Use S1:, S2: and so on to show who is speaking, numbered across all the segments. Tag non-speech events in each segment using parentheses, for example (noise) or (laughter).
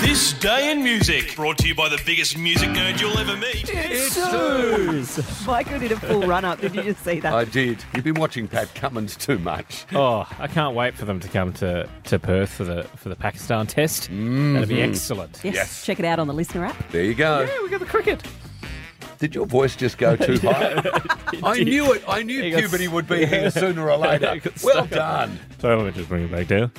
S1: This Day in Music, brought to you by the biggest music nerd you'll ever meet.
S2: It's Suze.
S3: Michael did a full run up. Did you just see that?
S4: I did. You've been watching Pat Cummins too much.
S2: Oh, I can't wait for them to come to, to Perth for the for the Pakistan test.
S4: Mm-hmm.
S2: That'll be excellent.
S3: yes.
S4: yes.
S3: Check it out on the listener app.
S4: There you go.
S2: Yeah, we got the cricket.
S4: Did your voice just go
S2: (laughs)
S4: too high? I knew it. I knew
S2: You got
S4: puberty would be here sooner
S2: (laughs)
S4: or later.
S2: You got
S4: Well
S2: stuck
S4: done.
S2: So let me just bring it back down.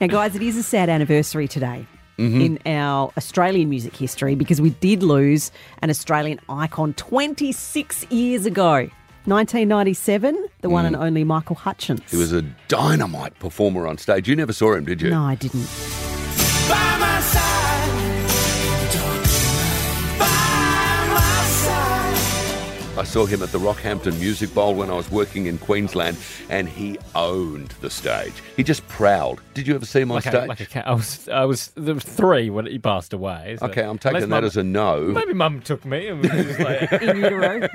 S3: Now, guys, it is a sad anniversary today
S4: Mm-hmm.
S3: in our Australian music history because we did lose an Australian icon 26 years ago. 1997, the one and only Michael Hutchins.
S4: Mm. He was a dynamite performer on stage. You never saw him, did you?
S3: No, I didn't.
S5: By my side. By my side.
S4: I saw him at the Rockhampton Music Bowl when I was working in Queensland, and he owned the stage. He just prowled. Did you ever see him on
S2: Like a,
S4: stage?
S2: like a cat. I was, I was there was three when he passed away. so-
S4: okay, I'm taking that
S2: Unless mum-
S4: as a no.
S2: Maybe mum took me and was just like, (laughs)
S4: (laughs)
S3: In utero.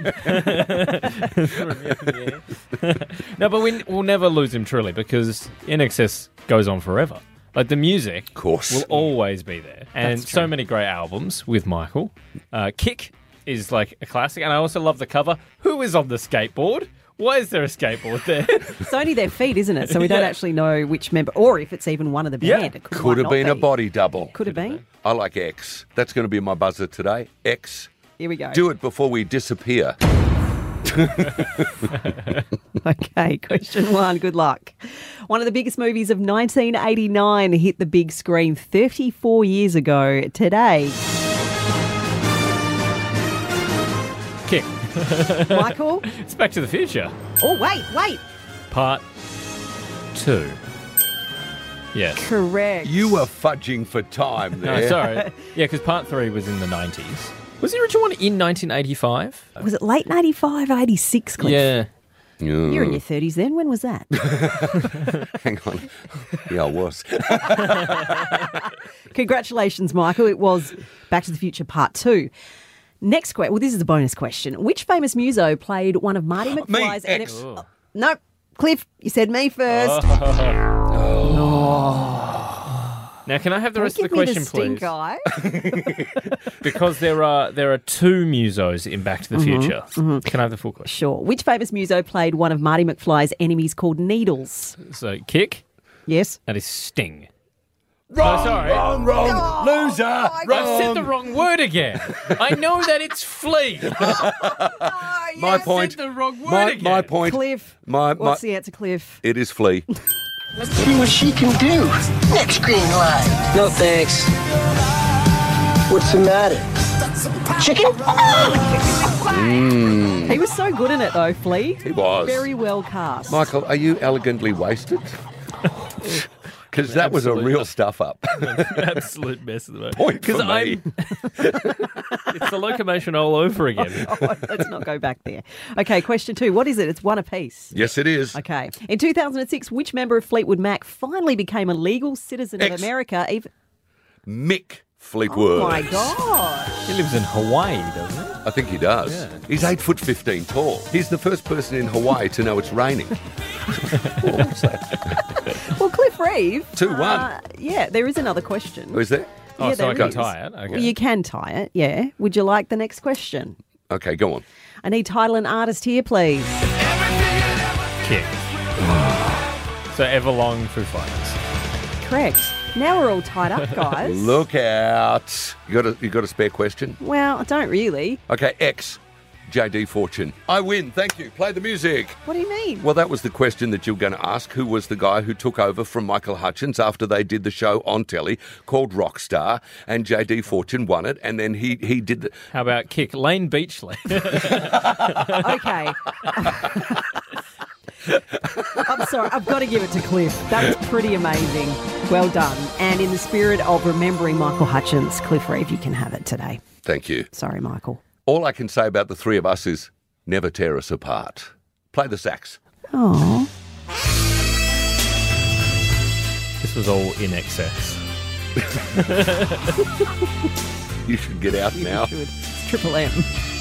S2: no, but we, we'll never lose him truly because NXS goes on forever. Like the music, of
S4: course.
S2: will always be there, and so many great albums with Michael. Uh, Kick is like a classic, and I also love the cover. Who is on the skateboard? Why is there a skateboard there? (laughs)
S3: it's only their feet, isn't it? So we don't
S2: Yeah.
S3: actually know which member, or if it's even one of the band.
S2: Yeah.
S3: It
S4: Could
S3: might
S4: have
S3: not
S4: been a
S3: be.
S4: body double.
S3: Could have been.
S4: I like X. That's going to be my buzzer today. X.
S3: Here we go.
S4: Do it before we disappear.
S3: (laughs) Okay, question one. Good luck. One of the biggest movies of 1989 hit the big screen 34 years ago
S4: (laughs)
S3: today.
S2: Kick.
S3: Michael?
S2: It's Back to the Future,
S3: Oh, wait, wait.
S2: part two. Yes.
S3: Correct.
S4: You were fudging for time there.
S2: No, sorry. Yeah, because part three was in the nineties. Was the original one in 1985?
S3: Was it late 95, 86, Cliff?
S2: Yeah.
S4: Yeah,
S3: You were in your 30s then. When was that?
S4: Mm. (laughs) hang on. Yeah, I was.
S3: Congratulations, Michael. It was Back to the Future Part 2. Next question. Well, this is a bonus question. Which famous muso played one of Marty McFly's... and
S4: X.
S3: Oh, nope. Cliff, you said me first.
S4: Uh,
S2: Now, can I have the
S3: Don't
S2: rest
S3: give
S2: of the question,
S3: me the stink
S2: please?
S3: eye.
S2: Because there are there are two musos in Back to the Future. Can I have the full question?
S3: Sure. Which famous muso played one of Marty McFly's enemies called Needles?
S2: So, kick
S3: Yes.
S2: that is sting. Oh,
S4: Wrong,
S2: sorry.
S4: wrong, wrong. Loser.
S2: I've said
S4: Wrong.
S2: the wrong word again. I know that it's (laughs) flea.
S4: my point.
S2: the wrong word
S4: my,
S2: again.
S4: my point.
S3: Cliff.
S4: My, my,
S3: What's the answer, Cliff?
S4: it is flea.
S6: Let's see what she can do. Next green light. No thanks. What's the matter? Chicken?
S3: He was so good in it, though, Flea.
S4: He was.
S3: Very well cast.
S4: Michael, are you elegantly wasted? Because that was a real stuff up.
S2: Absolute mess of the moment.
S4: Point for me.
S2: I'm. it's the locomotion all over again.
S3: Oh, (laughs) let's not go back there. Okay, question two. What is it? It's one apiece.
S4: yes, it is.
S3: Okay. In 2006, which member of Fleetwood Mac finally became a legal citizen
S4: Ex-
S3: of America? Even-
S4: Mick Fleetwood.
S3: oh, my God.
S2: He lives in Hawaii, doesn't he?
S4: I think he does. He's eight foot fifteen tall. He's the first person in Hawaii to know it's raining. Oh, what's that?
S3: Well, Cliff Reeve.
S4: 2-1.
S3: uh, yeah, there is another question.
S4: Oh, is that?
S2: Oh,
S3: Yeah,
S2: so I
S3: there
S2: can
S3: is.
S2: tie it. Okay.
S3: You can tie it, yeah. Would you like the next question?
S4: Okay, go on.
S3: I need title and artist here, please.
S2: Kick. so Everlong Foo Fighters.
S3: Correct. Now we're all
S4: (laughs)
S3: tied up, guys.
S4: Look out. You got a you got a spare question?
S3: Well, I don't really.
S4: Okay, X. JD Fortune. I win. Thank you. Play the music.
S3: What do you mean?
S4: Well, that was the question that you were going to ask. Who was the guy who took over from Michael Hutchins after they did the show on telly called Rockstar? And JD Fortune won it, and then he he did the.
S2: How about kick? Lane Beachley.
S3: Okay. I'm sorry, I've got to give it to Cliff. That was pretty amazing. Well done. And in the spirit of remembering Michael Hutchins, Cliff Reeve, you can have it today.
S4: Thank you.
S3: Sorry, Michael.
S4: All I can say about the three of us is never tear us apart. Play the sax.
S3: Oh,
S2: (laughs) this was all in excess.
S4: You should get out now.
S3: good. It's Triple M.